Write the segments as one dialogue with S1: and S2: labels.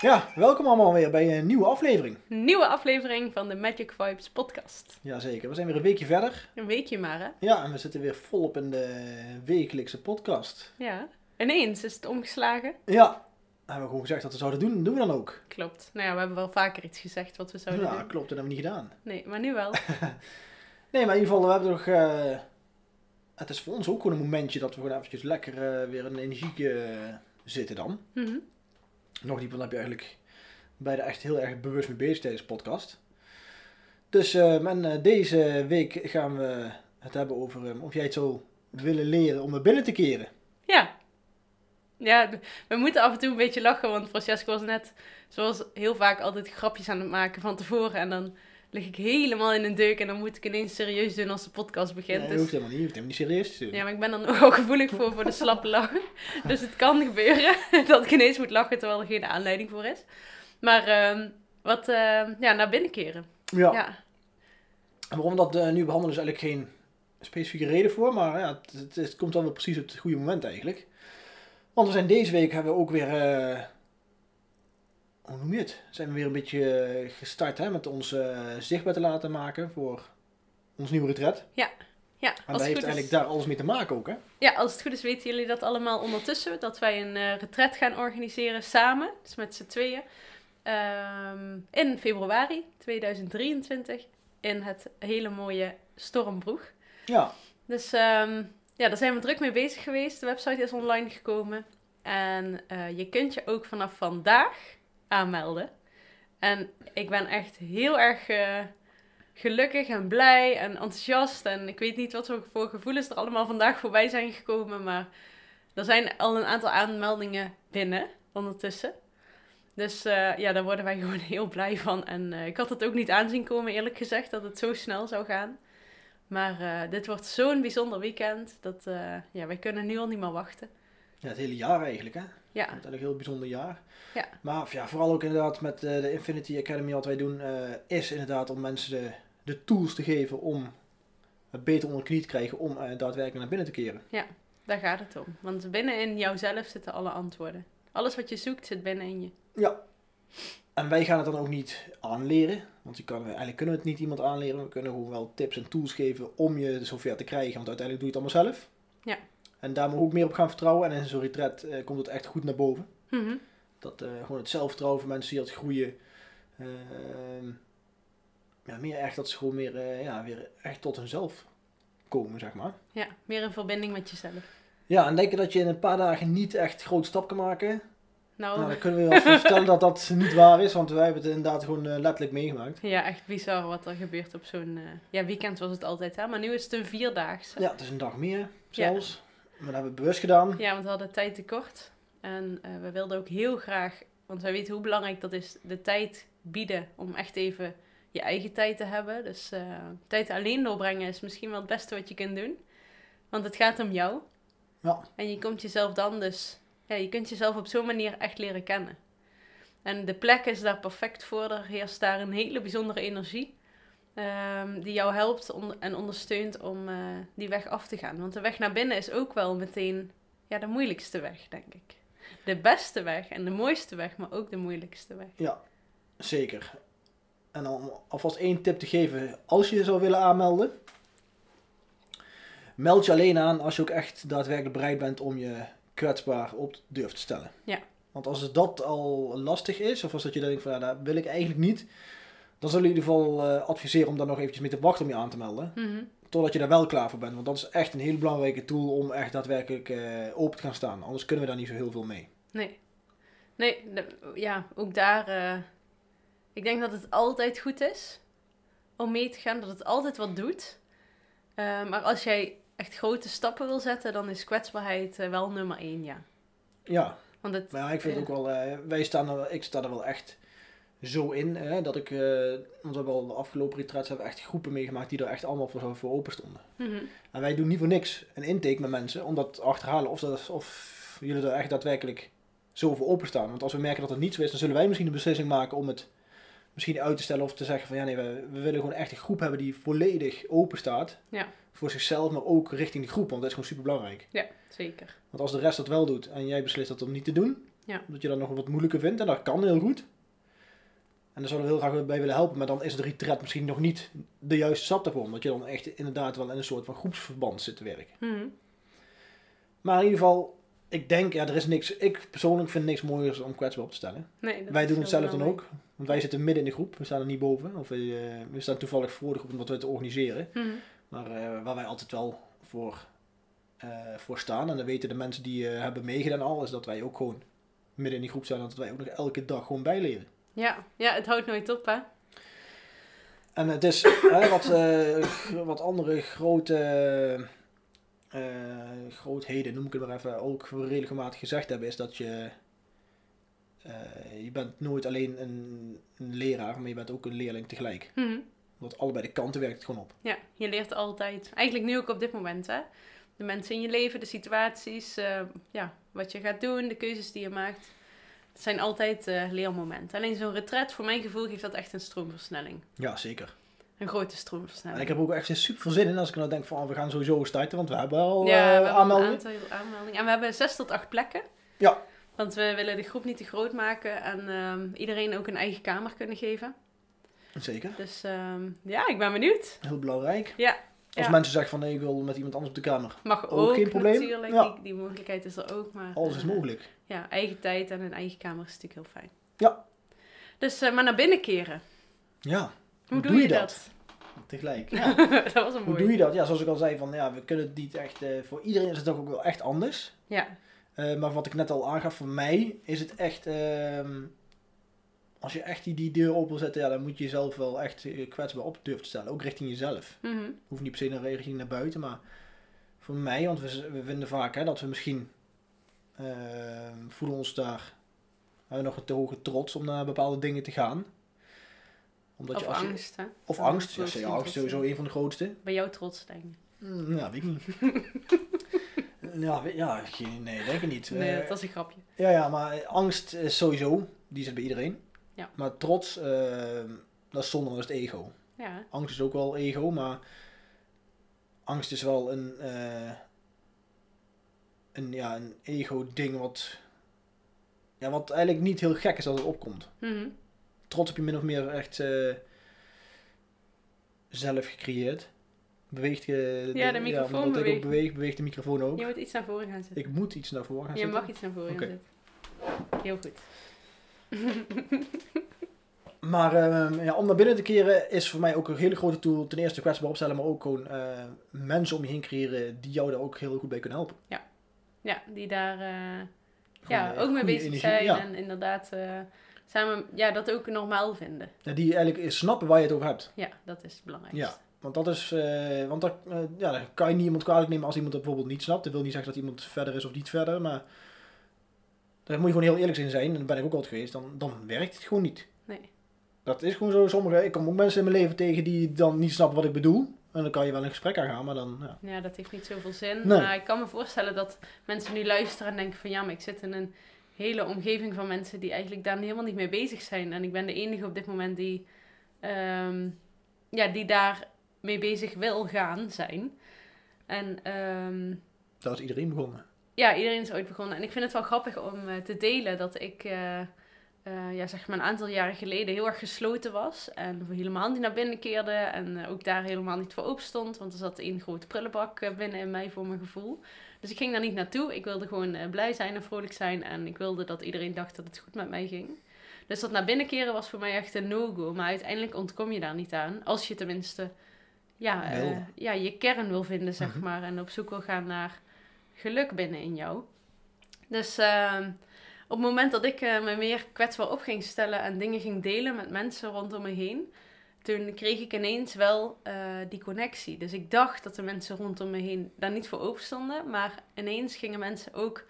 S1: Ja, welkom allemaal weer bij een nieuwe aflevering.
S2: Nieuwe aflevering van de Magic Vibes podcast.
S1: Jazeker, we zijn weer een weekje verder.
S2: Een weekje maar hè?
S1: Ja, en we zitten weer volop in de wekelijkse podcast.
S2: Ja. Ineens is het omgeslagen.
S1: Ja, hebben we gewoon gezegd dat we zouden doen, doen we dan ook.
S2: Klopt. Nou ja, we hebben wel vaker iets gezegd wat we zouden
S1: Ja,
S2: doen.
S1: klopt, dat hebben we niet gedaan.
S2: Nee, maar nu wel.
S1: Nee, maar in ieder geval, we hebben toch. eh, het is voor ons ook gewoon een momentje dat we gewoon eventjes lekker eh, weer een energieke eh, zitten dan.
S2: Mhm.
S1: Nog dieper dan heb je eigenlijk bij de echt heel erg bewust mee bezig tijdens de podcast. Dus eh, en, eh, deze week gaan we het hebben over eh, of jij het zou willen leren om naar binnen te keren.
S2: Ja. Ja, d- we moeten af en toe een beetje lachen, want Francesco was net, zoals heel vaak, altijd grapjes aan het maken van tevoren. En dan lig ik helemaal in een deuk en dan moet ik ineens serieus doen als de podcast
S1: Nee,
S2: begint.
S1: dat
S2: dus...
S1: hoeft helemaal niet, je hoeft helemaal niet serieus te doen.
S2: Ja, maar ik ben er nogal gevoelig voor, voor de slappe lachen. Dus het kan gebeuren dat ik ineens moet lachen terwijl er geen aanleiding voor is. Maar ehm, wat, ehm, ja, naar binnen keren.
S1: Ja.
S2: Ja. ja.
S1: En waarom we dat eh, nu behandelen is eigenlijk geen specifieke reden voor, maar ja, het, het- het komt dan wel precies op het goede moment eigenlijk. Want we zijn deze week hebben we ook weer, eh, hoe noem je het, zijn we weer een beetje eh, gestart hè, met ons eh, zichtbaar te laten maken voor ons nieuwe retret. En
S2: als,
S1: daar
S2: het
S1: heeft
S2: goed is,
S1: eigenlijk daar alles mee te maken ook hè.
S2: ja, als het goed is weten jullie dat allemaal ondertussen. Dat wij een eh retret gaan organiseren samen, dus met z'n tweeën. Ehm, in februari 2023 in het hele mooie Stormbroeg.
S1: Ja,
S2: Dus ehm, ja, daar zijn we druk mee bezig geweest. De website is online gekomen. En eh, je kunt je ook vanaf vandaag aanmelden. En ik ben echt heel erg eh, gelukkig en blij en enthousiast. En ik weet niet wat voor gevoelens er allemaal vandaag voorbij zijn gekomen. Maar er zijn al een aantal aanmeldingen binnen ondertussen. Dus eh, ja, daar worden wij gewoon heel blij van. En eh, ik had het ook niet aanzien komen, eerlijk gezegd, dat het zo snel zou gaan. Maar eh, dit wordt zo'n bijzonder weekend. Dat, eh, ja, wij kunnen nu al niet meer wachten.
S1: ja het hele jaar eigenlijk hè.
S2: Ja,
S1: Het is eigenlijk een heel bijzonder jaar.
S2: Ja.
S1: Maar ja, vooral ook inderdaad met eh, de Infinity Academy wat wij doen, eh, is inderdaad om mensen de, de tools te geven om het beter onder de knie te krijgen om eh, daadwerkelijk naar binnen te keren.
S2: daar gaat het om. Want binnen in jouzelf zitten alle antwoorden. Alles wat je zoekt zit binnen in je.
S1: Ja. En wij gaan het dan ook niet aanleren, want je kan, eigenlijk kunnen we het niet iemand aanleren. We kunnen gewoon wel tips en tools geven om je zover te krijgen, want uiteindelijk doe je het allemaal zelf.
S2: Ja.
S1: En daar moet je ook meer op gaan vertrouwen en in zo'n retret eh, komt het echt goed naar boven.
S2: Mhm.
S1: Dat eh, gewoon het zelfvertrouwen van mensen die dat groeien. ehm, ja, meer echt dat ze gewoon meer, eh, ja, weer echt tot hunzelf komen, zeg maar.
S2: Ja, meer in verbinding met jezelf.
S1: Ja, en denken dat je in een paar dagen niet echt grote stap kan maken.
S2: Nou,
S1: Nou, dan kunnen we je wel vertellen dat dat niet waar is, want wij hebben het inderdaad gewoon eh, letterlijk meegemaakt.
S2: ja, echt bizar wat er gebeurt op zo'n... eh, ja, weekend was het altijd, hè? Maar nu is het een vierdaagse.
S1: Ja, het is een dag meer zelfs. Maar dat hebben we bewust gedaan.
S2: Ja, want we hadden tijd tekort. En eh, we wilden ook heel graag, want wij weten hoe belangrijk dat is, de tijd bieden om echt even je eigen tijd te hebben. Dus eh, tijd alleen doorbrengen is misschien wel het beste wat je kunt doen. Want het gaat om jou.
S1: Ja.
S2: En je komt jezelf dan dus, ja, je kunt jezelf op zo'n manier echt leren kennen. En de plek is daar perfect voor. Er heerst daar een hele bijzondere energie. Ehm, die jou helpt on- en ondersteunt om eh, die weg af te gaan. Want de weg naar binnen is ook wel meteen ja, de moeilijkste weg, denk ik. De beste weg en de mooiste weg, maar ook de moeilijkste weg.
S1: Zeker. En om alvast één tip te geven, als je je zou willen aanmelden, meld je alleen aan als je ook echt daadwerkelijk bereid bent om je kwetsbaar op durft te stellen.
S2: Ja.
S1: Want als het dat al lastig is, of als dat je dan denkt van ja, dat wil ik eigenlijk niet, dan zullen we in ieder geval eh, adviseren om daar nog eventjes mee te wachten om je aan te melden.
S2: Mhm.
S1: Totdat je daar wel klaar voor bent, want dat is echt een heel belangrijke tool om echt daadwerkelijk eh, open te gaan staan. Anders kunnen we daar niet zo heel veel mee.
S2: Nee. Nee, de- ja, ook daar. eh, ik denk dat het altijd goed is om mee te gaan, dat het altijd wat doet. Eh, maar als jij echt grote stappen wil zetten, dan is kwetsbaarheid eh, wel nummer één, ja.
S1: Ja,
S2: Want het,
S1: Maar ja, ik vind het
S2: Ja.
S1: ook wel, eh, wij staan er, ik sta er wel echt zo in, hè, dat ik, eh, want we hebben al de afgelopen retraits hebben we echt groepen meegemaakt die er echt allemaal voor, voor open stonden.
S2: Mhm.
S1: En wij doen niet voor niks een intake met mensen, om dat te achterhalen of, dat, of jullie er echt daadwerkelijk zo voor openstaan. Want als we merken dat het niet zo is, dan zullen wij misschien een beslissing maken om het misschien uit te stellen of te zeggen van ja nee, we, we willen gewoon echt een groep hebben die volledig open staat.
S2: Ja.
S1: Voor zichzelf, maar ook richting de groep, want dat is gewoon super belangrijk.
S2: ja, zeker.
S1: Want als de rest dat wel doet en jij beslist dat om niet te doen,
S2: Ja.
S1: omdat je dat nog wat moeilijker vindt, en dat kan heel goed. En daar zouden we heel graag bij willen helpen, maar dan is de retreat misschien nog niet de juiste stap daarvoor. Omdat je dan echt inderdaad wel in een soort van groepsverband zit te werken.
S2: Mhm.
S1: Maar in ieder geval, ik denk, ja, er is niks. Ik persoonlijk vind niks mooiers om kwetsbaar op te stellen.
S2: Nee, dat
S1: wij
S2: is
S1: doen
S2: heel
S1: het zelf dan
S2: belangrijk.
S1: ook, want wij zitten midden in de groep. We staan er niet boven, of eh, we staan toevallig voor de groep omdat we het organiseren.
S2: Mhm.
S1: Maar eh, waar wij altijd wel voor, eh, voor staan, en dat weten de mensen die eh, hebben meegedaan al, is dat wij ook gewoon midden in die groep zijn en dat wij ook nog elke dag gewoon bijleren.
S2: Ja. ja, het houdt nooit op, hè?
S1: En het is hè, wat, eh, gr- wat andere grote eh, grootheden, noem ik het maar even, ook redelijk gematigd gezegd hebben, is dat je. eh, je bent nooit alleen een, een leraar, maar je bent ook een leerling tegelijk.
S2: Mhm.
S1: Want allebei de kanten werkt het gewoon op.
S2: Ja, je leert altijd. Eigenlijk nu ook op dit moment, hè? De mensen in je leven, de situaties, eh, ja, wat je gaat doen, de keuzes die je maakt. Het zijn altijd eh, leermomenten. Alleen zo'n retret, voor mijn gevoel, geeft dat echt een stroomversnelling.
S1: Ja, zeker.
S2: Een grote
S1: En
S2: stroomversnelling.
S1: ik heb ook echt super veel zin in als ik nou denk van oh, we gaan sowieso starten, want we hebben al
S2: ja, we
S1: eh,
S2: hebben
S1: aanmeldingen.
S2: een aantal aanmeldingen. En we hebben zes tot acht plekken.
S1: Ja.
S2: Want we willen de groep niet te groot maken en ehm, iedereen ook een eigen kamer kunnen geven.
S1: Zeker,
S2: Dus ehm, ja, ik ben benieuwd.
S1: heel belangrijk.
S2: Ja,
S1: Als
S2: ja.
S1: mensen zeggen van nee, ik wil met iemand anders op de kamer.
S2: Mag ook,
S1: Ook geen probleem.
S2: natuurlijk.
S1: Ja.
S2: Die, die mogelijkheid is er ook. Maar,
S1: Alles is
S2: eh,
S1: mogelijk.
S2: Ja, eigen tijd en een eigen kamer is natuurlijk heel fijn.
S1: Ja.
S2: Dus, eh, maar naar binnen keren.
S1: Ja,
S2: Hoe, doe, je dat?
S1: tegelijk.
S2: dat was een
S1: Hoe
S2: mooie.
S1: doe je dat? Ja, zoals ik al zei, van, ja, we kunnen het niet echt. eh, voor iedereen is het toch ook wel echt anders.
S2: Ja.
S1: Eh, maar wat ik net al aangaf, voor mij is het echt. ehm, als je echt die, die deur op wil zetten, ja, dan moet je jezelf wel echt eh, kwetsbaar op durven te stellen. Ook richting jezelf.
S2: Mhm.
S1: Hoeft niet per se naar richting naar buiten, maar voor mij, want we, z- we vinden vaak hè, dat we misschien ehm, voelen ons daar hebben we nog een te hoge trots om naar bepaalde dingen te gaan. Omdat
S2: Of
S1: je, als je-
S2: angst, hè?
S1: Of
S2: Ja,
S1: angst. Ja,
S2: trots
S1: zeker,
S2: en
S1: angst is
S2: trots,
S1: sowieso een van de grootste.
S2: Bij jou trots, denk ik.
S1: Mm, Ja, weet ik niet. ja, we- ja, geen- nee, denk ik niet.
S2: Nee,
S1: Eh,
S2: dat was een grapje.
S1: ja, ja, maar eh, angst is sowieso, die zit bij iedereen.
S2: Ja.
S1: Maar trots, eh, dat is zonder dat is het ego.
S2: Ja.
S1: Angst is ook wel ego, maar angst is wel een, eh, een, ja, een ego-ding wat, ja, wat eigenlijk niet heel gek is dat het opkomt.
S2: Mhm.
S1: Trots heb je min of meer echt eh, zelf gecreëerd. Beweegt je
S2: Ja, de microfoon
S1: omdat ik
S2: beweegt.
S1: ook beweeg, beweegt de microfoon ook.
S2: Je moet iets naar voren gaan zitten.
S1: Ik moet iets naar voren gaan
S2: Je
S1: zitten.
S2: mag iets naar voren
S1: Oké.
S2: gaan zitten. Heel goed.
S1: Maar eh, ja, om naar binnen te keren is voor mij ook een hele grote tool. Ten eerste kwetsbaar opstellen, maar ook gewoon eh, mensen om je heen creëren die jou daar ook heel goed bij kunnen helpen.
S2: Ja, die daar eh,
S1: Gewoon,
S2: ja,
S1: eh,
S2: ook mee
S1: goede
S2: bezig
S1: energie,
S2: zijn.
S1: Ja.
S2: En inderdaad eh, samen ja, dat ook normaal vinden.
S1: Ja, die eigenlijk eens snappen waar je het over hebt.
S2: Ja, dat is het belangrijkste.
S1: Ja, want dat is, eh, want dat, eh, ja, dan kan je niet iemand kwalijk nemen als iemand dat bijvoorbeeld niet snapt. Dat wil niet zeggen dat iemand verder is of niet verder, maar daar moet je gewoon heel eerlijk in zijn. En dat ben ik ook altijd geweest. Dan, dan werkt het gewoon niet.
S2: Nee.
S1: Dat is gewoon zo. Sommige, ik kom ook mensen in mijn leven tegen die dan niet snappen wat ik bedoel. En dan kan je wel een gesprek aangaan, maar dan, ja.
S2: Ja, dat heeft niet zoveel zin.
S1: Nee.
S2: Maar ik kan me voorstellen dat mensen nu luisteren en denken van ja, maar ik zit in een hele omgeving van mensen die eigenlijk daar helemaal niet mee bezig zijn. En ik ben de enige op dit moment die, ehm, ja, die daar mee bezig wil gaan zijn. En ehm,
S1: Daar is iedereen begonnen.
S2: ja, iedereen is ooit begonnen. En ik vind het wel grappig om eh, te delen dat ik, eh, eh, ja, zeg maar een aantal jaren geleden heel erg gesloten was. En helemaal niet naar binnen keerde. En eh, ook daar helemaal niet voor open stond. Want er zat één grote prullenbak eh, binnen in mij voor mijn gevoel. Dus ik ging daar niet naartoe. Ik wilde gewoon eh, blij zijn en vrolijk zijn. En ik wilde dat iedereen dacht dat het goed met mij ging. Dus dat naar binnen keren was voor mij echt een no-go. Maar uiteindelijk ontkom je daar niet aan. Als je tenminste ja, eh,
S1: Wil.
S2: ja, je kern wil vinden, zeg
S1: Mhm.
S2: maar. En op zoek wil gaan naar geluk binnen in jou. Dus ehm, op het moment dat ik eh, me meer kwetsbaar op ging stellen en dingen ging delen met mensen rondom me heen, toen kreeg ik ineens wel eh, die connectie. Dus ik dacht dat de mensen rondom me heen daar niet voor open stonden, maar ineens gingen mensen ook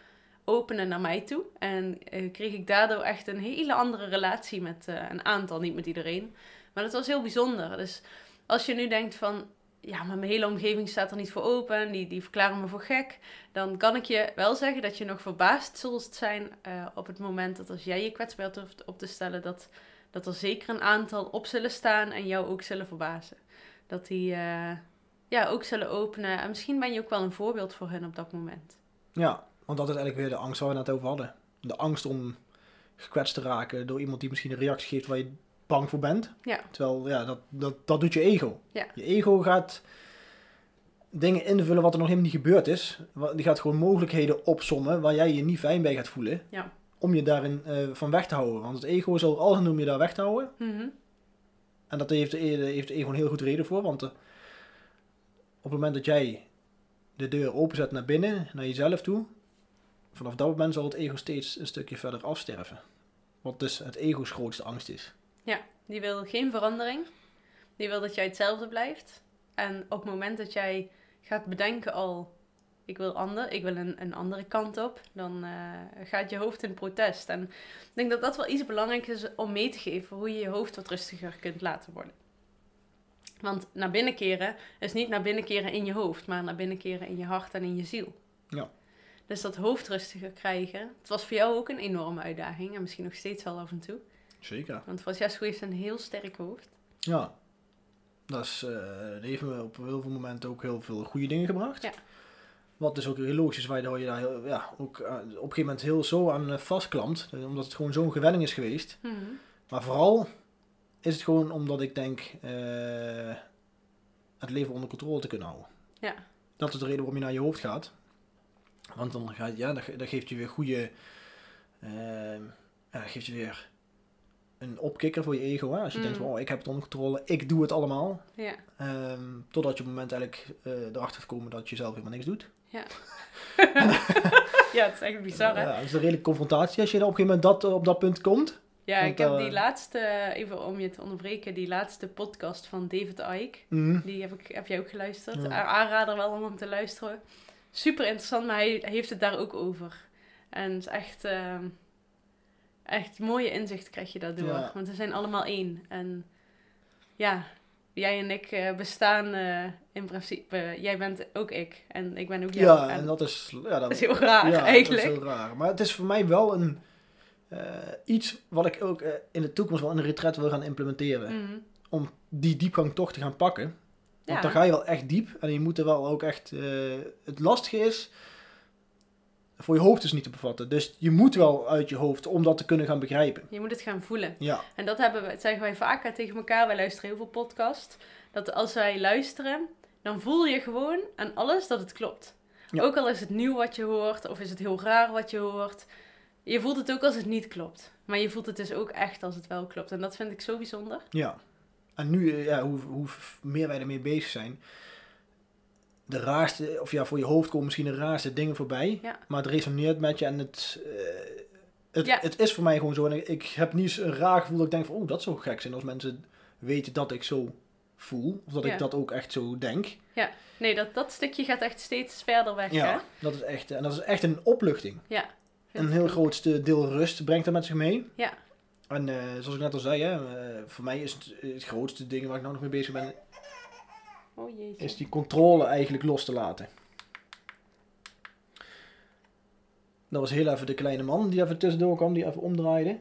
S2: openen naar mij toe. En eh, kreeg ik daardoor echt een hele andere relatie met eh, een aantal, niet met iedereen. Maar dat was heel bijzonder. Dus als je nu denkt van, ja, maar mijn hele omgeving staat er niet voor open, die, die verklaren me voor gek. Dan kan ik je wel zeggen dat je nog verbaasd zult zijn eh, op het moment dat als jij je kwetsbaar durft op te stellen, dat, dat er zeker een aantal op zullen staan en jou ook zullen verbazen. Dat die eh, ja, ook zullen openen. En misschien ben je ook wel een voorbeeld voor hen op dat moment.
S1: Ja, want dat is eigenlijk weer de angst waar we het net over hadden. De angst om gekwetst te raken door iemand die misschien een reactie geeft waar je bang voor bent.
S2: Ja.
S1: Terwijl, ja, dat, dat, dat doet je ego.
S2: Ja.
S1: Je ego gaat dingen invullen wat er nog helemaal niet gebeurd is. Wa- Die gaat gewoon mogelijkheden opsommen waar jij je niet fijn bij gaat voelen.
S2: Ja.
S1: Om je daarin eh, van weg te houden. Want het ego zal alles doen om je daar weg te houden.
S2: Mhm.
S1: En dat heeft, de- E, daar heeft de ego een heel goed reden voor. Want eh, op het moment dat jij de deur openzet naar binnen, naar jezelf toe, vanaf dat moment zal het ego steeds een stukje verder afsterven. Wat dus het ego's grootste angst is.
S2: Die wil geen verandering. Die wil dat jij hetzelfde blijft. En op het moment dat jij gaat bedenken al, ik wil, ander, ik wil een, een andere kant op, dan eh, gaat je hoofd in protest. En ik denk dat dat wel iets belangrijks is om mee te geven hoe je je hoofd wat rustiger kunt laten worden. Want naar binnen keren is niet naar binnen keren in je hoofd, maar naar binnen keren in je hart en in je ziel.
S1: Ja.
S2: Dus dat hoofd rustiger krijgen, het was voor jou ook een enorme uitdaging en misschien nog steeds wel af en toe.
S1: Zeker.
S2: Want Francesco heeft een heel sterk hoofd.
S1: Ja. Dat, is, eh, dat heeft me op heel veel momenten ook heel veel goede dingen gebracht.
S2: Ja.
S1: Wat dus ook heel logisch is, waardoor je daar heel, ja, ook eh, op een gegeven moment heel zo aan eh, vastklampt. eh, Omdat het gewoon zo'n gewenning is geweest.
S2: Mhm.
S1: Maar vooral is het gewoon omdat ik denk eh, het leven onder controle te kunnen houden.
S2: Ja.
S1: Dat is de reden waarom je naar je hoofd gaat. Want dan gaat, ja, dat, ge- dat geeft je weer goede, ehm, ja, dat geeft je weer een opkikker voor je ego. Hè? Als je
S2: Mm.
S1: denkt, wow, ik heb het onder controle, ik doe het allemaal.
S2: Ja.
S1: Ehm, totdat je op het moment eigenlijk eh, erachter gaat komen dat je zelf helemaal niks doet.
S2: ja, het is echt bizar, hè?
S1: Ja, dat is een redelijke confrontatie als je dan op een gegeven moment dat, op dat punt komt.
S2: Ja,
S1: Want,
S2: ik heb
S1: eh,
S2: die laatste, even om je te onderbreken, die laatste podcast van David Icke.
S1: Mhm.
S2: Die heb, ik, heb jij ook geluisterd.
S1: Ja.
S2: A- Aanrader wel om hem te luisteren. Super interessant, maar hij heeft het daar ook over. En het is echt, ehm, echt mooie inzicht krijg je daardoor.
S1: Ja.
S2: Want we zijn allemaal één. En ja, jij en ik eh, bestaan eh, in principe. Jij bent ook ik. En ik ben ook
S1: Ja,
S2: jou. en
S1: en dat is... Ja,
S2: dat
S1: dat,
S2: is heel raar
S1: dat is
S2: eigenlijk.
S1: heel raar. Maar het is voor mij wel een, eh, iets wat ik ook eh, in de toekomst wel in de retret wil gaan implementeren.
S2: Mhm.
S1: Om die diepgang toch te gaan pakken. Want
S2: Ja.
S1: dan ga je wel echt diep en je moet er wel ook echt... eh, het lastige is, voor je hoofd is niet te bevatten. Dus je moet wel uit je hoofd om dat te kunnen gaan begrijpen.
S2: Je moet het gaan voelen.
S1: Ja,
S2: En dat hebben we, dat zeggen wij vaker tegen elkaar. Wij luisteren heel veel podcasts. Dat als wij luisteren, dan voel je gewoon aan alles dat het klopt.
S1: Ja.
S2: Ook al is het nieuw wat je hoort, of is het heel raar wat je hoort. Je voelt het ook als het niet klopt. Maar je voelt het dus ook echt als het wel klopt. En dat vind ik zo bijzonder.
S1: ja. En nu, eh, ja, hoe, hoe meer wij ermee bezig zijn... De raarste, of ja, voor je hoofd komen misschien de raarste dingen voorbij.
S2: Ja.
S1: Maar het resoneert met je en het, eh, het,
S2: Ja.
S1: het is voor mij gewoon zo. En ik, ik heb niet eens een raar gevoel dat ik denk van, oh, dat zou gek zijn als mensen weten dat ik zo voel. Of dat
S2: Ja.
S1: ik dat ook echt zo denk.
S2: Nee, dat, dat stukje gaat echt steeds verder weg. hè?
S1: Dat is echt, eh, en dat is echt een opluchting.
S2: Vind
S1: Een
S2: ik
S1: heel
S2: ook.
S1: grootste deel rust brengt dat met zich mee.
S2: Ja.
S1: En eh, zoals ik net al zei, hè, eh, voor mij is het, het grootste ding waar ik nou nog mee bezig ben,
S2: Oh jeetje.
S1: is die controle eigenlijk los te laten. Dat was heel even de kleine man die even tussendoor kwam, die even omdraaide.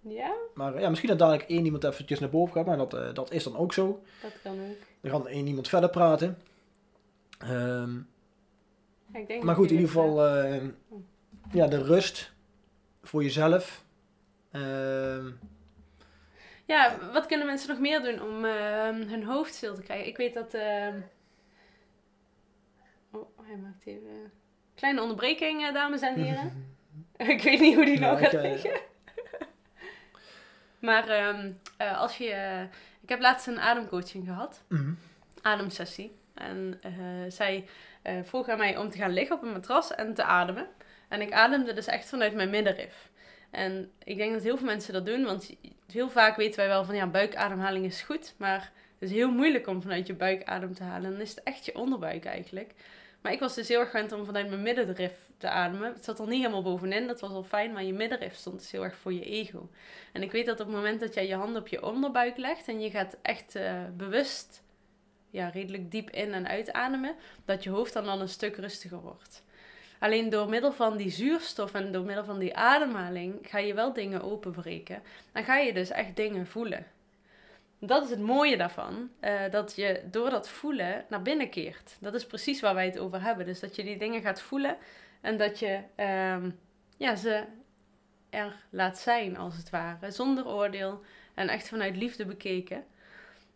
S2: Ja,
S1: Maar eh, ja, misschien dat dadelijk één iemand eventjes naar boven gaat, maar dat, eh, dat is dan ook zo.
S2: dat kan ook.
S1: Er kan één iemand verder praten. Ehm,
S2: Ja, ik denk
S1: maar
S2: dat
S1: goed, in
S2: die
S1: ieder
S2: heeft,
S1: geval eh, ja, de rust voor jezelf. Ehm,
S2: Ja, wat kunnen mensen nog meer doen om ehm, hun hoofd stil te krijgen? Ik weet dat. ehm, Oh, hij maakt even. Kleine onderbreking, eh, dames en heren. ik weet niet hoe die nou
S1: Ja, ik,
S2: gaat
S1: eh,
S2: liggen. maar ehm, eh, als je. eh, ik heb laatst een ademcoaching gehad,
S1: mhm.
S2: ademsessie. En eh, zij eh, vroeg aan mij om te gaan liggen op een matras en te ademen. En ik ademde dus echt vanuit mijn middenrif. En ik denk dat heel veel mensen dat doen, want heel vaak weten wij wel van ja, buikademhaling is goed, maar het is heel moeilijk om vanuit je buik adem te halen. Dan is het echt je onderbuik eigenlijk. Maar ik was dus heel erg gewend om vanuit mijn middenrif te ademen. Het zat er niet helemaal bovenin, dat was al fijn, maar je middenrif stond dus heel erg voor je ego. En ik weet dat op het moment dat jij je hand op je onderbuik legt en je gaat echt eh, bewust ja, redelijk diep in- en uitademen, dat je hoofd dan, dan een stuk rustiger wordt. Alleen door middel van die zuurstof en door middel van die ademhaling ga je wel dingen openbreken. Dan ga je dus echt dingen voelen. Dat is het mooie daarvan, eh, dat je door dat voelen naar binnen keert. Dat is precies waar wij het over hebben. Dus dat je die dingen gaat voelen en dat je ehm, ja, ze er laat zijn, als het ware. Zonder oordeel en echt vanuit liefde bekeken.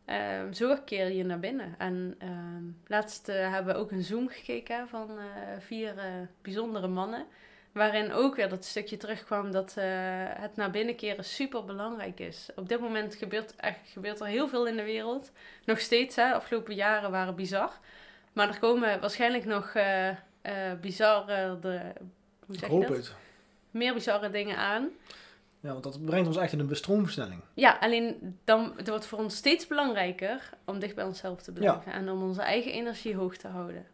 S2: Ehm, zo keer je naar binnen. En ehm, laatst eh, hebben we ook een Zoom gekeken van eh, vier eh, bijzondere mannen. Waarin ook weer dat stukje terugkwam dat eh, het naar binnen keren super belangrijk is. Op dit moment gebeurt, echt, gebeurt er heel veel in de wereld. Nog steeds, hè, de afgelopen jaren waren bizar. Maar er komen waarschijnlijk nog eh eh bizarre, hoe
S1: Ik
S2: zeg je
S1: hoop
S2: dat?
S1: het.
S2: meer bizarre dingen aan.
S1: Ja, want dat brengt ons echt in een bestroomversnelling.
S2: Ja, alleen dan, het wordt voor ons steeds belangrijker om dicht bij onszelf te blijven en om onze eigen energie hoog te houden.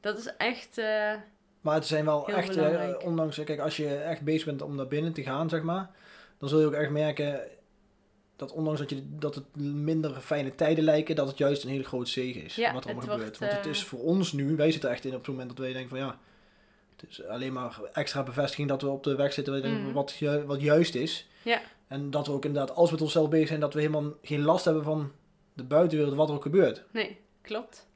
S2: Dat is echt, eh,
S1: Maar het zijn wel
S2: Heel
S1: echt, eh,
S2: belangrijk.
S1: ondanks, kijk, als je echt bezig bent om naar binnen te gaan, zeg maar, dan zul je ook echt merken dat ondanks dat, je, dat het minder fijne tijden lijken, dat het juist een hele grote zegen is
S2: Ja,
S1: wat er allemaal
S2: het
S1: gebeurt.
S2: wordt,
S1: Want het
S2: eh,
S1: is voor ons nu, wij zitten echt in op het moment dat wij denken van ja, het is alleen maar extra bevestiging dat we op de weg zitten, wij denken
S2: Mhm.
S1: wat, ju- wat juist is.
S2: Ja.
S1: En dat we ook inderdaad, als we met onszelf bezig zijn, dat we helemaal geen last hebben van de buitenwereld, wat er ook gebeurt.
S2: nee, klopt.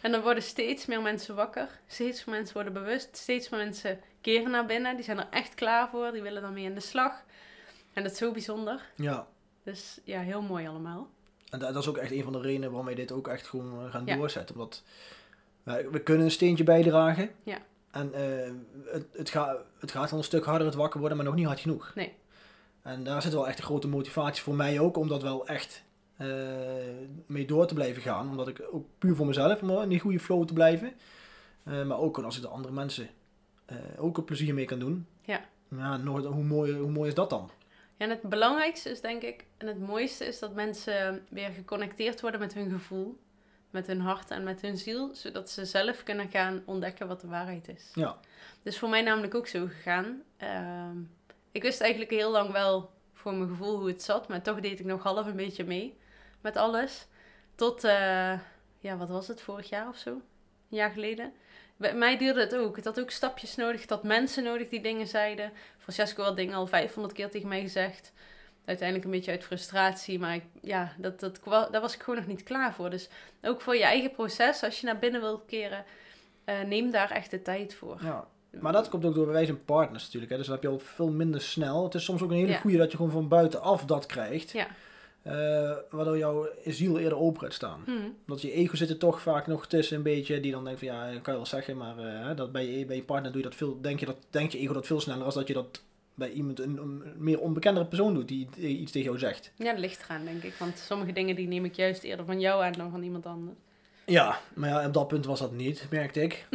S2: En dan worden steeds meer mensen wakker, steeds meer mensen worden bewust, steeds meer mensen keren naar binnen. Die zijn er echt klaar voor, die willen daarmee aan de slag. En dat is zo bijzonder.
S1: Ja.
S2: Dus ja, heel mooi allemaal.
S1: En da- dat is ook echt een van de redenen waarom wij dit ook echt gewoon eh, gaan
S2: Ja.
S1: doorzetten. Omdat wij- we kunnen een steentje bijdragen.
S2: Ja.
S1: En eh, het, het, ga- het gaat wel een stuk harder het wakker worden, maar nog niet hard genoeg.
S2: Nee.
S1: En daar zit wel echt een grote motivatie voor mij ook, om dat wel echt eh, mee door te blijven gaan. Omdat ik ook puur voor mezelf, om eh, in die goede flow te blijven. Eh, maar ook als ik de andere mensen eh, ook een plezier mee kan doen.
S2: Ja.
S1: Ja, nog, hoe, mooi, hoe mooi is dat dan?
S2: Ja, en het belangrijkste is denk ik, en het mooiste is dat mensen weer geconnecteerd worden met hun gevoel, met hun hart en met hun ziel, zodat ze zelf kunnen gaan ontdekken wat de waarheid is.
S1: Ja.
S2: Dus voor mij namelijk ook zo gegaan. Ehm, ik wist eigenlijk heel lang wel voor mijn gevoel hoe het zat, maar toch deed ik nog half een beetje mee met alles. Tot, eh, ja, wat was het, vorig jaar of zo? Een jaar geleden. Bij mij duurde het ook. Het had ook stapjes nodig. Het had mensen nodig die dingen zeiden. Francesco had dingen al 500 keer tegen mij gezegd. Uiteindelijk een beetje uit frustratie, maar ik- ja, dat, dat, kwa- daar was ik gewoon nog niet klaar voor. Dus ook voor je eigen proces, als je naar binnen wilt keren, eh, neem daar echt de tijd voor.
S1: ja. Maar dat komt ook door wij zijn partners natuurlijk. Hè? Dus dan heb je al veel minder snel. Het is soms ook een hele
S2: Ja.
S1: goede dat je gewoon van buitenaf dat krijgt.
S2: Ja.
S1: Eh, waardoor jouw ziel eerder open gaat staan.
S2: Mhm.
S1: Omdat je ego zit er toch vaak nog tussen een beetje. Die dan denkt van ja, dat kan je wel zeggen. Maar eh, dat bij, je, bij je partner doe je dat veel, denk, je dat, denk je ego dat veel sneller. Als dat je dat bij iemand, een, een meer onbekendere persoon doet. Die i- iets tegen jou zegt.
S2: Ja, dat ligt eraan, denk ik. Want sommige dingen die neem ik juist eerder van jou aan dan van iemand anders.
S1: Ja, maar ja, op dat punt was dat niet, merkte ik.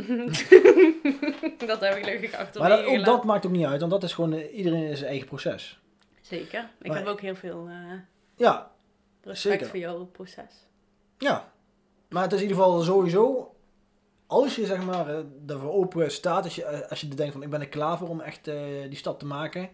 S2: dat heb ik gelukkig achter
S1: maar
S2: me
S1: dat, ook
S2: gelaten.
S1: dat maakt ook niet uit. Want dat is gewoon eh, iedereen in zijn eigen proces.
S2: Zeker. Ik
S1: Maar-
S2: heb ook heel veel eh,
S1: Ja,
S2: respect
S1: Zeker.
S2: voor jouw proces.
S1: Ja, maar het is in ieder geval sowieso, als je zeg maar eh, ervoor open staat, als je, eh, als je denkt van ik ben er klaar voor om echt eh, die stap te maken,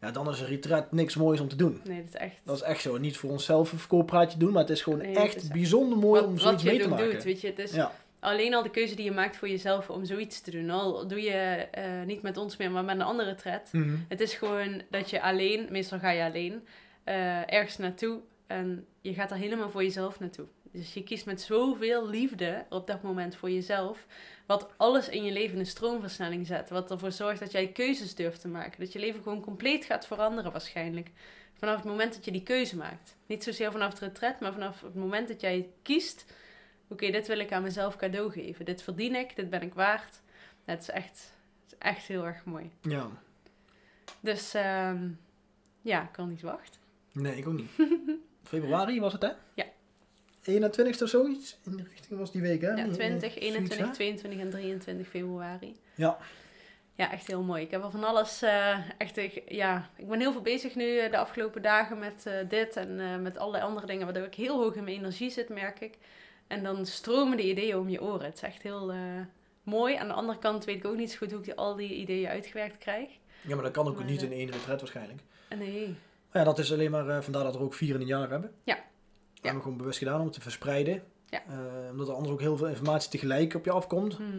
S1: ja, dan is een retreat niks moois om te doen.
S2: Nee, dat is echt...
S1: Dat is echt zo. Niet voor onszelf een verkooppraatje doen, maar het is gewoon
S2: Nee,
S1: echt
S2: het is-
S1: bijzonder mooi
S2: wat,
S1: om
S2: wat
S1: zoiets
S2: je
S1: mee te
S2: ook
S1: maken.
S2: doet, weet je. Het is
S1: ja,
S2: alleen al de keuze die je maakt voor jezelf om zoiets te doen. Al doe je eh, niet met ons meer, maar met een andere tred.
S1: Mhm.
S2: Het is gewoon dat je alleen, meestal ga je alleen, eh, ergens naartoe. En je gaat er helemaal voor jezelf naartoe. Dus je kiest met zoveel liefde op dat moment voor jezelf. Wat alles in je leven in een stroomversnelling zet. Wat ervoor zorgt dat jij keuzes durft te maken. Dat je leven gewoon compleet gaat veranderen waarschijnlijk. Vanaf het moment dat je die keuze maakt. Niet zozeer vanaf het retret, maar vanaf het moment dat jij kiest. Oké, dit wil ik aan mezelf cadeau geven. Dit verdien ik, dit ben ik waard. Het is echt, het is echt heel erg mooi.
S1: ja.
S2: Dus ehm, ja, ik kan niet wachten.
S1: Nee, ik ook niet. Februari was het, hè?
S2: Ja.
S1: 21 of zoiets? In de richting was die week, hè?
S2: Ja,
S1: Eh,
S2: 20,
S1: zoiets,
S2: 21,
S1: hè?
S2: 22 en 23 februari.
S1: Ja.
S2: Ja, echt heel mooi. Ik heb al van alles eh, echt... eh, Ja, ik ben heel veel bezig nu eh, de afgelopen dagen met eh, dit en eh, met allerlei andere dingen. Waardoor ik heel hoog in mijn energie zit, merk ik. En dan stromen de ideeën om je oren. Het is echt heel, eh, mooi. Aan de andere kant weet ik ook niet zo goed hoe ik die- al die ideeën uitgewerkt krijg.
S1: Ja, maar dat kan ook
S2: Maar,
S1: niet
S2: eh,
S1: in één retret waarschijnlijk.
S2: En nee.
S1: Maar ja, dat is alleen maar eh, vandaar dat we er ook vier in een jaar hebben.
S2: Ja.
S1: Dat hebben we gewoon bewust gedaan om het te verspreiden.
S2: Ja.
S1: Eh, omdat er anders ook heel veel informatie tegelijk op je afkomt.
S2: Mhm.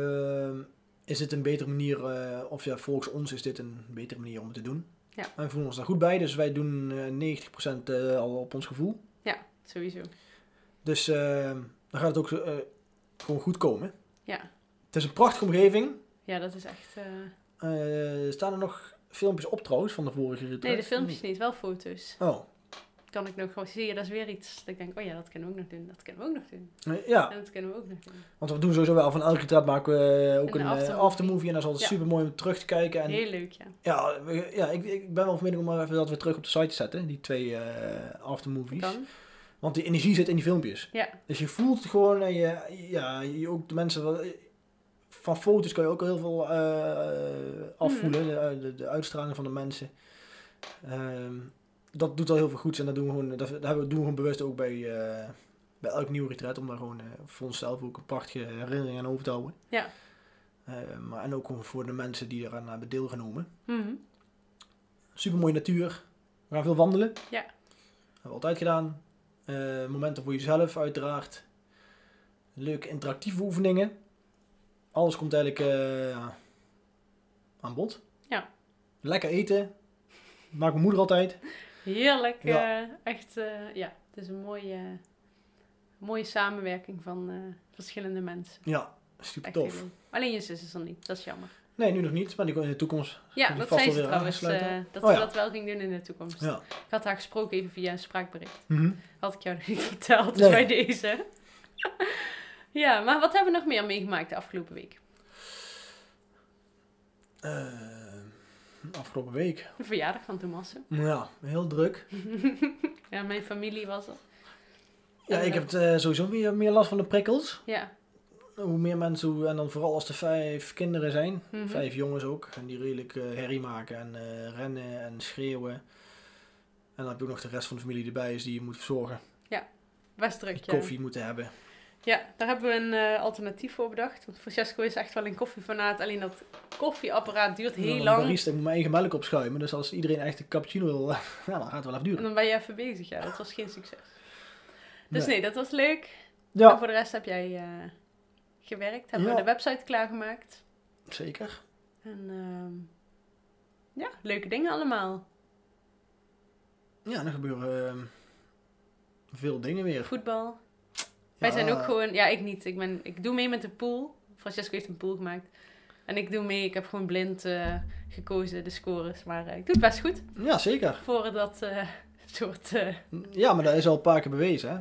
S1: Ehm, is dit een betere manier, eh, of ja, volgens ons is dit een betere manier om het te doen.
S2: Ja.
S1: Wij voelen ons daar goed bij, dus wij doen eh 90% eh, al op ons gevoel.
S2: Ja, sowieso.
S1: Dus eh, dan gaat het ook eh, gewoon goed komen.
S2: Ja.
S1: Het is een prachtige omgeving.
S2: Ja, dat is echt... eh,
S1: Eh, staan er nog filmpjes op trouwens van de vorige retreat?
S2: Nee, de filmpjes niet. Wel foto's.
S1: Oh,
S2: Kan ik nog gewoon... Zie je, dat is weer iets. Dat ik denk, oh ja, dat kunnen we ook nog doen. Dat kunnen we ook nog doen.
S1: eh, ja,
S2: En dat kunnen we ook nog doen.
S1: want we doen sowieso wel van elke retreat maken we eh, ook
S2: Een
S1: een, eh,
S2: aftermovie.
S1: aftermovie. En dat is altijd
S2: Ja.
S1: super mooi om terug te kijken. En
S2: Heel leuk, ja.
S1: ja, we- ja ik, ik ben wel van mening om maar even dat we terug op de site te zetten, die twee eh, aftermovies.
S2: Kan.
S1: Want die energie zit in die filmpjes.
S2: Ja.
S1: Dus je voelt het gewoon, en je, ja, je ook de mensen, wel- van foto's kan je ook heel veel eh, afvoelen, de, de, de uitstraling van de mensen. Ehm, dat doet al heel veel goeds en dat doen we gewoon, dat, dat hebben we- doen we gewoon bewust ook bij, eh, bij elk nieuw retreat, om daar gewoon eh, voor onszelf ook een prachtige herinnering aan over te houden.
S2: Ja.
S1: Eh, maar, en ook gewoon voor de mensen die eraan hebben deelgenomen.
S2: Mhm.
S1: Super mooie natuur. We gaan veel wandelen.
S2: Ja.
S1: Hebben we altijd gedaan. Eh, momenten voor jezelf, uiteraard. Leuke interactieve oefeningen. Alles komt eigenlijk eh, aan bod.
S2: Ja.
S1: Lekker eten. Maakt mijn moeder altijd.
S2: Heerlijk.
S1: Ja.
S2: eh, echt, eh, ja. Het is een mooie, mooie samenwerking van eh, verschillende mensen.
S1: Ja, super
S2: Echt
S1: tof.
S2: heel leuk. Alleen je zus is er niet. Dat is jammer.
S1: Nee, nu nog niet, maar die komt in de toekomst.
S2: Ja,
S1: Die
S2: dat
S1: vast
S2: zei ze
S1: alweer
S2: trouwens.
S1: aangesluiten.
S2: eh, dat
S1: Oh
S2: ze
S1: ja.
S2: dat wel ging doen in de toekomst.
S1: Ja.
S2: Ik had haar gesproken even via een spraakbericht.
S1: Mhm.
S2: Had ik jou nog niet verteld dus
S1: Nee.
S2: bij deze. ja, maar wat hebben we nog meer meegemaakt de afgelopen week?
S1: Eh, afgelopen week.
S2: De verjaardag van Thomas.
S1: Ja, heel druk.
S2: Ja, mijn familie was er.
S1: Ja, ik heb het, eh, sowieso meer, meer last van de prikkels.
S2: Ja.
S1: Hoe meer mensen, hoe- en dan vooral als er vijf kinderen zijn.
S2: Mhm.
S1: Vijf jongens ook. En die redelijk eh, herrie maken en eh, rennen en schreeuwen. En dan heb je ook nog de rest van de familie erbij is die je moet verzorgen.
S2: Best druk,
S1: Die
S2: ja.
S1: koffie moeten hebben.
S2: Ja, daar hebben we een eh, alternatief voor bedacht. Want Francesco is echt wel een koffiefanaat. Alleen dat koffieapparaat duurt
S1: En dan
S2: heel
S1: de
S2: lang.
S1: Barista, ik moet mijn eigen melk opschuimen. Dus als iedereen echt een cappuccino wil, ja, dan gaat het wel even
S2: En
S1: duren.
S2: dan ben je even bezig, ja. Dat was geen succes. Dus
S1: Nee.
S2: nee, dat was leuk. En
S1: Ja,
S2: voor de rest heb jij eh, gewerkt. Hebben
S1: Ja.
S2: we de website klaargemaakt.
S1: zeker.
S2: En ehm, ja, leuke dingen allemaal.
S1: Ja, dan gebeuren ehm, veel dingen weer.
S2: Voetbal. Wij
S1: Ja,
S2: zijn ook gewoon... Ja, ik niet. Ik, ben, ik doe mee met de pool. Francesco heeft een pool gemaakt. En ik doe mee. Ik heb gewoon blind eh, gekozen de scores. Maar eh, ik doe het best goed.
S1: Ja, zeker.
S2: Voor dat eh, soort... eh,
S1: Ja, maar dat is al een paar keer bewezen, hè.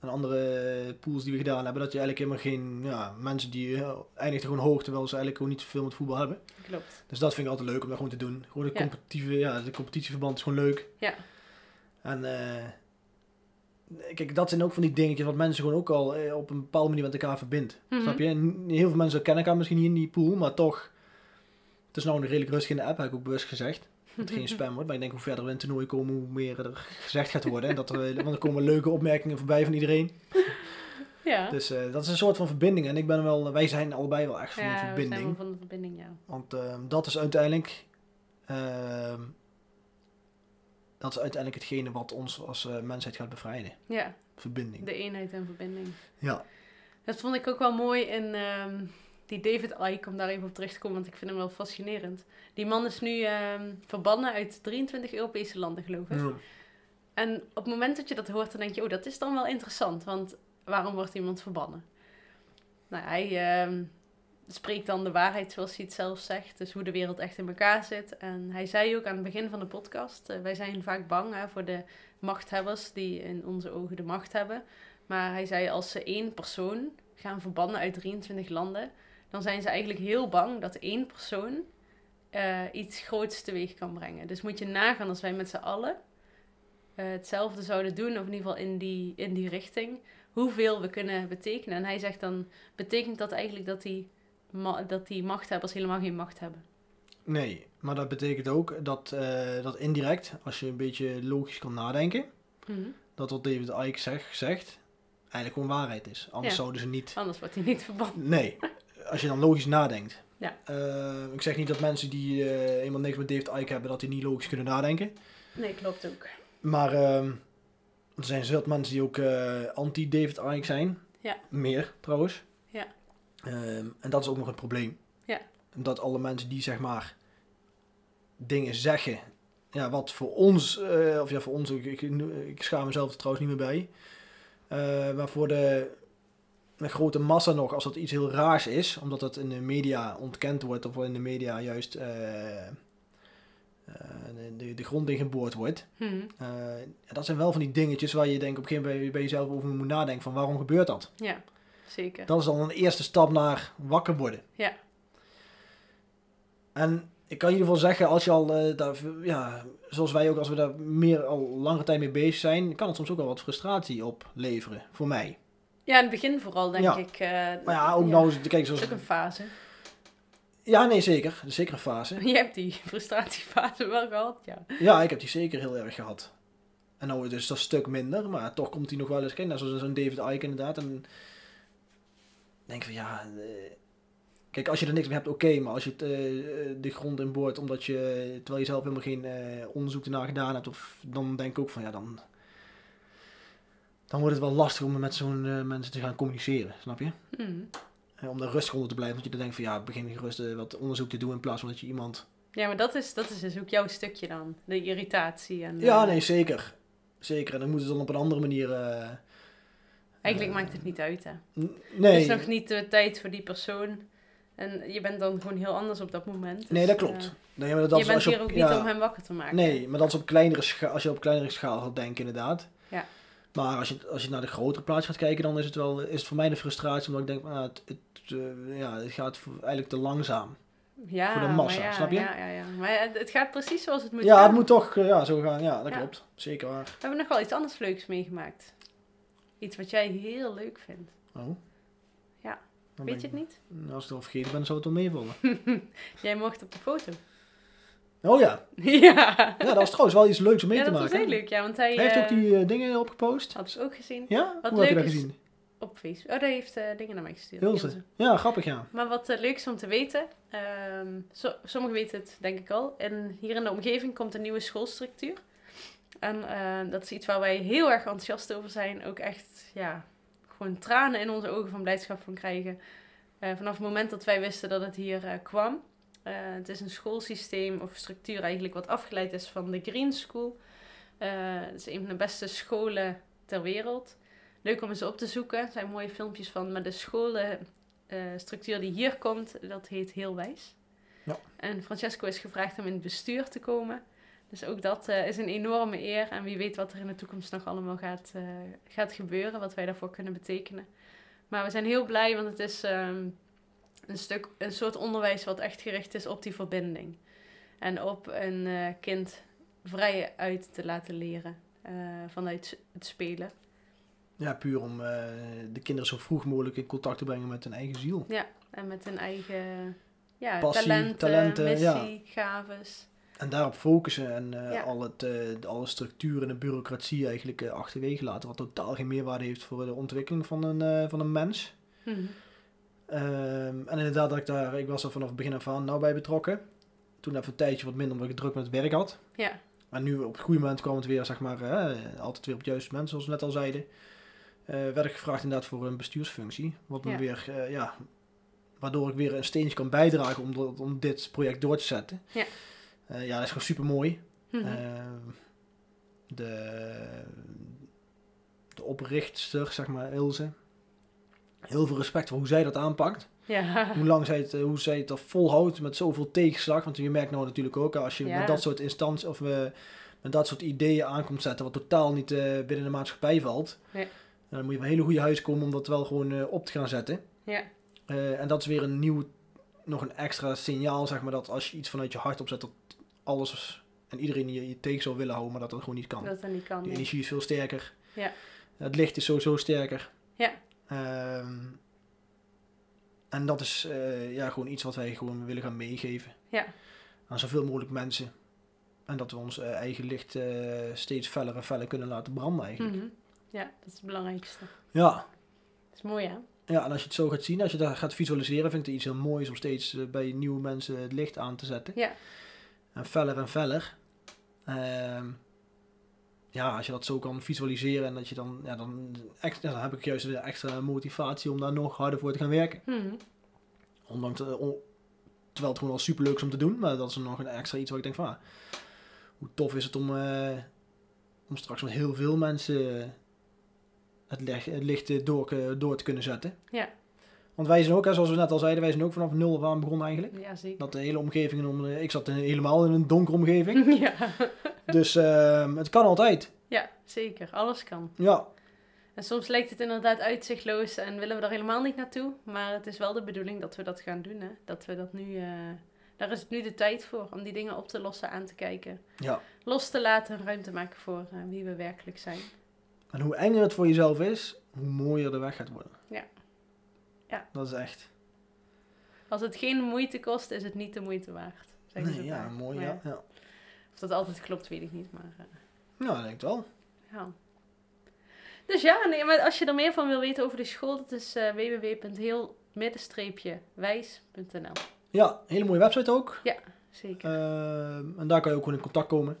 S1: En andere pools die we gedaan hebben, dat je eigenlijk helemaal geen... Ja, mensen die eh, eindigen gewoon hoog, terwijl ze eigenlijk gewoon niet zoveel met voetbal hebben.
S2: klopt.
S1: Dus dat vind ik altijd leuk om dat gewoon te doen. Gewoon de,
S2: Ja.
S1: competitieve, ja, de competitieverband is gewoon leuk.
S2: Ja.
S1: En eh, kijk, dat zijn ook van die dingetjes wat mensen gewoon ook al eh, op een bepaalde manier met elkaar verbindt.
S2: Mhm.
S1: Snap je? N- Heel veel mensen kennen elkaar misschien niet in die pool, maar toch. Het is nou een redelijk rustig in de app, heb ik ook bewust gezegd. Dat het geen spam wordt, maar ik denk hoe verder we in het toernooi komen, hoe meer er gezegd gaat worden. En dat er, want er komen leuke opmerkingen voorbij van iedereen.
S2: Ja.
S1: Dus eh, dat is een soort van verbinding. En ik ben wel, wij zijn allebei wel echt van
S2: ja,
S1: een
S2: we zijn wel
S1: verbinding.
S2: van de verbinding, ja.
S1: Want ehm, dat is uiteindelijk. ehm, dat is uiteindelijk hetgene wat ons als eh, mensheid gaat bevrijden.
S2: Ja,
S1: Verbinding.
S2: de eenheid en verbinding.
S1: Ja.
S2: Dat vond ik ook wel mooi in ehm, die David Icke, om daar even op terug te komen, want ik vind hem wel fascinerend. Die man is nu ehm, verbannen uit 23 Europese landen, geloof ik.
S1: Ja.
S2: En op het moment dat je dat hoort, dan denk je, oh, dat is dan wel interessant, want waarom wordt iemand verbannen? Nou, hij ehm, spreekt dan de waarheid zoals hij het zelf zegt, dus hoe de wereld echt in elkaar zit. En hij zei ook aan het begin van de podcast, eh, wij zijn vaak bang hè, voor de machthebbers die in onze ogen de macht hebben. Maar hij zei, als ze één persoon gaan verbannen uit 23 landen, dan zijn ze eigenlijk heel bang dat één persoon eh, iets groots teweeg kan brengen. Dus moet je nagaan als wij met z'n allen eh, hetzelfde zouden doen, of in ieder geval in die, in die richting, hoeveel we kunnen betekenen. En hij zegt dan, betekent dat eigenlijk dat die, ma- dat die machthebbers helemaal geen macht hebben?
S1: Nee, maar dat betekent ook dat, eh, dat indirect, als je een beetje logisch kan nadenken,
S2: Mhm.
S1: dat wat David Icke zeg- zegt, eigenlijk gewoon waarheid is. Anders
S2: Ja.
S1: zouden ze niet.
S2: Anders wordt hij niet verbannen.
S1: Nee. als je dan logisch nadenkt.
S2: Ja.
S1: Eh, ik zeg niet dat mensen die eh eenmaal niks met David Icke hebben, dat die niet logisch kunnen nadenken.
S2: Nee, klopt ook.
S1: Maar ehm, er zijn zoveel mensen die ook eh, anti-David Icke zijn.
S2: Ja.
S1: Meer trouwens.
S2: Ja.
S1: Ehm, en dat is ook nog een probleem.
S2: Ja.
S1: Dat alle mensen die zeg maar dingen zeggen, ja, wat voor ons, eh, of ja, voor ons, ook, ik, ik schaam mezelf er trouwens niet meer bij. Eh, maar voor de, de grote massa nog, als dat iets heel raars is, omdat dat in de media ontkend wordt, of in de media juist eh, eh, de- de, de grond ingeboord wordt.
S2: Hm,
S1: Eh, dat zijn wel van die dingetjes waar je denk op een gegeven moment bij jezelf over moet nadenken van waarom gebeurt dat?
S2: ja, zeker.
S1: Dat is dan een eerste stap naar wakker worden.
S2: Ja.
S1: En ik kan in ieder geval zeggen, als je al, eh, daar, ja, zoals wij ook, als we daar meer al langere tijd mee bezig zijn, kan het soms ook wel wat frustratie opleveren, voor mij.
S2: Ja, in het begin vooral, denk
S1: Ja.
S2: ik. eh,
S1: Maar ja, ook nou, eens- kijk,
S2: Dat
S1: zoals...
S2: is ook een fase.
S1: Ja, nee, zeker. Dat is Zeker een fase.
S2: Je hebt die frustratiefase wel gehad, ja.
S1: Ja, ik heb die zeker heel erg gehad. En nou is dat een stuk minder, maar toch komt die nog wel eens in. Nou, zoals zo'n David Icke inderdaad. En ik denk van ja, eh, kijk, als je er niks mee hebt, oké. maar als je het, eh, eh, de grond in boort omdat je, eh, terwijl je zelf helemaal geen eh, onderzoek ernaar gedaan hebt, of, dan denk ik ook van ja, dan, dan wordt het wel lastig om met zo'n eh, mensen te gaan communiceren, snap je?
S2: Hm.
S1: Eh, om daar rustig onder te blijven, want je dan denkt van ja, begin gerust eh, wat onderzoek te doen in plaats van dat je iemand
S2: Ja, maar dat is, dat is dus ook jouw stukje dan. De irritatie en...
S1: Ja,
S2: eh,
S1: nee, zeker. Zeker. En dan moet het dan op een andere manier. eh,
S2: Eigenlijk
S1: eh,
S2: maakt het niet uit, hè.
S1: n-
S2: Het
S1: Nee.
S2: is Dus nog niet de tijd voor die persoon. En je bent dan gewoon heel anders op dat moment. Dus,
S1: nee, dat
S2: eh,
S1: klopt. Nee, maar dat
S2: je
S1: is
S2: bent
S1: als je
S2: hier
S1: op-
S2: ook niet
S1: ja,
S2: om hem wakker te maken.
S1: Nee, maar dat is op kleinere schaal, als je op kleinere schaal gaat denken, inderdaad.
S2: Ja.
S1: Maar als je, als je naar de grotere plaats gaat kijken, dan is het, wel, is het voor mij de frustratie, omdat ik denk, ah, het, het, eh, ja, het gaat voor- eigenlijk te langzaam.
S2: Ja,
S1: voor de massa,
S2: maar ja,
S1: snap je?
S2: Ja, ja, ja. Maar het, het gaat precies zoals het moet
S1: ja,
S2: gaan.
S1: het moet toch eh, ja, zo gaan. Ja, dat
S2: Ja.
S1: klopt. Zeker waar.
S2: We hebben nog wel iets anders leuks meegemaakt. Iets wat jij heel leuk vindt.
S1: Oh.
S2: Ja.
S1: Dan ben
S2: Weet je
S1: ik-
S2: het niet?
S1: Als ik het al vergeten ben, zou het wel meevallen.
S2: Jij mocht op de foto.
S1: Oh ja.
S2: ja.
S1: ja, dat was trouwens wel iets leuks om mee
S2: ja,
S1: te
S2: dat was
S1: maken.
S2: heel leuk. Ja, want hij,
S1: Hij heeft ook
S2: eh,
S1: die eh, dingen opgepost.
S2: had ze ook gezien
S1: Ja?
S2: Wat
S1: Hoe heb je
S2: leuk
S1: dat
S2: is-
S1: gezien?
S2: op Facebook. Oh, hij heeft eh, dingen naar mij gestuurd.
S1: Hilse. Ja, grappig ja.
S2: Maar wat eh, leuk is om te weten, ehm, so- sommigen weten het denk ik al, en hier in de omgeving komt een nieuwe schoolstructuur. En eh, dat is iets waar wij heel erg enthousiast over zijn. Ook echt, ja, gewoon tranen in onze ogen van blijdschap van krijgen. Eh, vanaf het moment dat wij wisten dat het hier eh, kwam. Eh, het is een schoolsysteem of structuur eigenlijk wat afgeleid is van de Green School. Eh, het is een van de beste scholen ter wereld. Leuk om eens op te zoeken. Er zijn mooie filmpjes van. Maar de scholen eh, structuur die hier komt, dat heet Heel Wijs.
S1: Ja.
S2: En Francesco is gevraagd om in het bestuur te komen. Dus ook dat eh, is een enorme eer. En wie weet wat er in de toekomst nog allemaal gaat, eh, gaat gebeuren, wat wij daarvoor kunnen betekenen. Maar we zijn heel blij, want het is ehm, een, stuk, een soort onderwijs wat echt gericht is op die verbinding. En op een eh, kind vrij uit te laten leren eh, vanuit het spelen.
S1: Ja, puur om eh, de kinderen zo vroeg mogelijk in contact te brengen met hun eigen ziel.
S2: En met hun eigen ja,
S1: Passie,
S2: talenten,
S1: talenten,
S2: missie, gaves.
S1: En daarop focussen en eh,
S2: Ja.
S1: al het, eh, de- alle structuur en de bureaucratie eigenlijk eh, achterwege laten. Wat totaal geen meerwaarde heeft voor de ontwikkeling van een, eh, van een mens.
S2: Mhm.
S1: Ehm, en inderdaad, dat ik, daar, ik was er vanaf het begin af aan nauw bij betrokken. Toen even een tijdje wat minder omdat ik druk met het werk had.
S2: Ja,
S1: Maar nu op het goede moment kwam het weer, zeg maar, eh, altijd weer op het juiste moment, zoals we net al zeiden. Eh, werd ik gevraagd inderdaad voor een bestuursfunctie. Wat me
S2: Ja.
S1: weer, eh, ja, waardoor ik weer een steentje kan bijdragen om, dat- om dit project door te zetten.
S2: Ja.
S1: Eh, ja, dat is gewoon super mooi.
S2: Mhm.
S1: Eh, de, de oprichter, zeg maar, Ilse. Heel veel respect voor hoe zij dat aanpakt
S2: ja.
S1: hoe lang zij het, eh, hoe zij het al volhoudt met zoveel tegenslag. Want je merkt nou natuurlijk ook, eh, als je
S2: Ja.
S1: met dat soort instanties of eh, met dat soort ideeën aankomt zetten, wat totaal niet eh, binnen de maatschappij valt.
S2: Nee.
S1: En Dan moet je van hele goede huis komen om dat wel gewoon eh, op te gaan zetten.
S2: ja.
S1: Eh, en dat is weer een nieuw, nog een extra signaal, zeg maar, dat als je iets vanuit je hart opzet, dat alles en iedereen je, je tegen zou willen houden, maar dat dat gewoon niet kan.
S2: dat dan niet kan.
S1: De
S2: nee.
S1: energie is veel sterker.
S2: Ja.
S1: Het licht is sowieso sterker.
S2: Ja.
S1: Ehm, en dat is eh, ja, gewoon iets wat wij gewoon willen gaan meegeven
S2: Ja,
S1: aan zoveel mogelijk mensen. En dat we ons eh, eigen licht eh, steeds feller en feller kunnen laten branden eigenlijk.
S2: Mhm. ja, dat is het belangrijkste.
S1: Ja,
S2: Dat is mooi, hè?
S1: Ja, en als je het zo gaat zien, als je dat gaat visualiseren, vind ik het iets heel moois om steeds eh, bij nieuwe mensen het licht aan te zetten.
S2: Ja.
S1: En feller en feller. Ehm, ja, als je dat zo kan visualiseren en dat je dan, ja, dan, extra, dan heb ik juist de extra motivatie om daar nog harder voor te gaan werken.
S2: Mhm.
S1: Ondanks, eh, on- terwijl het gewoon al superleuk is om te doen, maar dat is nog een extra iets waar ik denk van, ah, hoe tof is het om, eh, om straks met heel veel mensen het, leg- het licht eh, door, ke- door te kunnen zetten.
S2: Ja.
S1: Want wij zijn ook, hè, zoals we net al zeiden, wij zijn ook vanaf nul af aan begonnen eigenlijk.
S2: Ja, zeker.
S1: Dat de hele omgeving, om, de- ik zat in- helemaal in een donkere omgeving.
S2: Ja.
S1: dus ehm, het kan altijd.
S2: ja, zeker. Alles kan.
S1: Ja,
S2: En soms lijkt het inderdaad uitzichtloos en willen we daar helemaal niet naartoe. Maar het is wel de bedoeling dat we dat gaan doen. Hè? Dat we dat nu. eh, daar is het nu de tijd voor om die dingen op te lossen, aan te kijken.
S1: ja.
S2: Los te laten en ruimte maken voor eh, wie we werkelijk zijn.
S1: En hoe enger het voor jezelf is, hoe mooier de weg gaat worden.
S2: Ja. Ja.
S1: Dat is echt.
S2: Als het geen moeite kost, is het niet de moeite waard. zeggen ze
S1: Nee, ja,
S2: vaak.
S1: mooi.
S2: Maar
S1: Ja. Ja.
S2: Of dat altijd klopt, weet ik niet. Maar, eh,
S1: ja, ik denk het wel.
S2: ja. Dus ja, nee, maar als je er meer van wil weten over de school, dat is eh www.heel-wijs.nl.
S1: Ja, hele mooie website ook.
S2: Zeker.
S1: Ehm, en daar kan je ook gewoon in contact komen.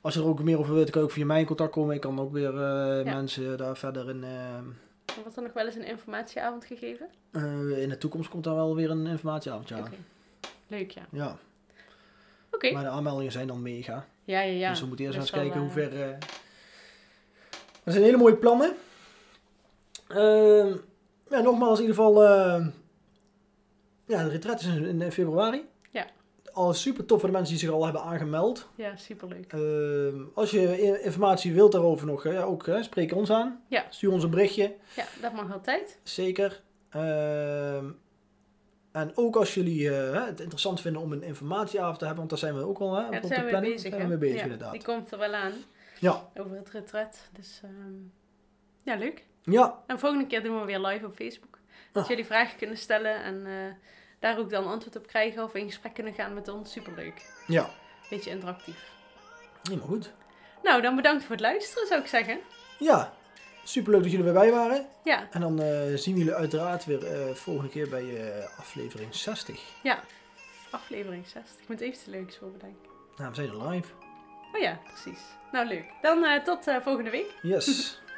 S1: Als je er ook meer over wilt, kan je ook via mij in contact komen. Ik kan ook weer eh,
S2: Ja.
S1: mensen daar verder in. ehm,
S2: Wordt er nog wel eens een informatieavond gegeven?
S1: eh, in de toekomst komt daar wel weer een informatieavondje aan.
S2: Oké. Leuk, ja.
S1: Ja,
S2: Oké.
S1: maar de aanmeldingen zijn dan mega.
S2: Ja, ja, ja.
S1: dus we moeten eerst
S2: Dus
S1: eens kijken
S2: wel,
S1: hoe
S2: eh,
S1: ver. eh, Er zijn hele mooie plannen. Ehm, ja, nogmaals, in ieder geval. eh, ja, de retret is in, in februari.
S2: Ja.
S1: Al super tof voor de mensen die zich al hebben aangemeld.
S2: Ja, superleuk.
S1: Ehm, als je i- informatie wilt daarover nog, eh, ook eh, spreek ons aan.
S2: Ja.
S1: Stuur ons een berichtje,
S2: Ja, dat mag altijd.
S1: zeker. Ehm, en ook als jullie eh, het interessant vinden om een informatieavond te hebben, want daar zijn we ook al hè,
S2: Ja, daar
S1: op
S2: zijn
S1: de
S2: we
S1: planning.
S2: bezig,
S1: Daar
S2: hè?
S1: zijn we mee bezig,
S2: Ja,
S1: inderdaad.
S2: Die komt er wel aan,
S1: Ja.
S2: over het retret. Dus ehm, ja, leuk.
S1: ja,
S2: En volgende keer doen we weer live op Facebook. Dat
S1: Ah.
S2: jullie vragen kunnen stellen en eh, daar ook dan antwoord op krijgen of in gesprek kunnen gaan met ons. Superleuk.
S1: ja.
S2: Beetje interactief.
S1: Helemaal goed.
S2: Nou, dan bedankt voor het luisteren, zou ik zeggen.
S1: Ja, superleuk dat jullie weer bij waren.
S2: Ja,
S1: En dan eh, zien we jullie uiteraard weer eh, volgende keer bij eh, aflevering 60.
S2: ja. Aflevering 60. Ik moet even iets leuks voor bedenken.
S1: Nou, we zijn er live.
S2: Oh ja, precies. Nou, leuk. Dan eh, tot eh, volgende week.
S1: Yes.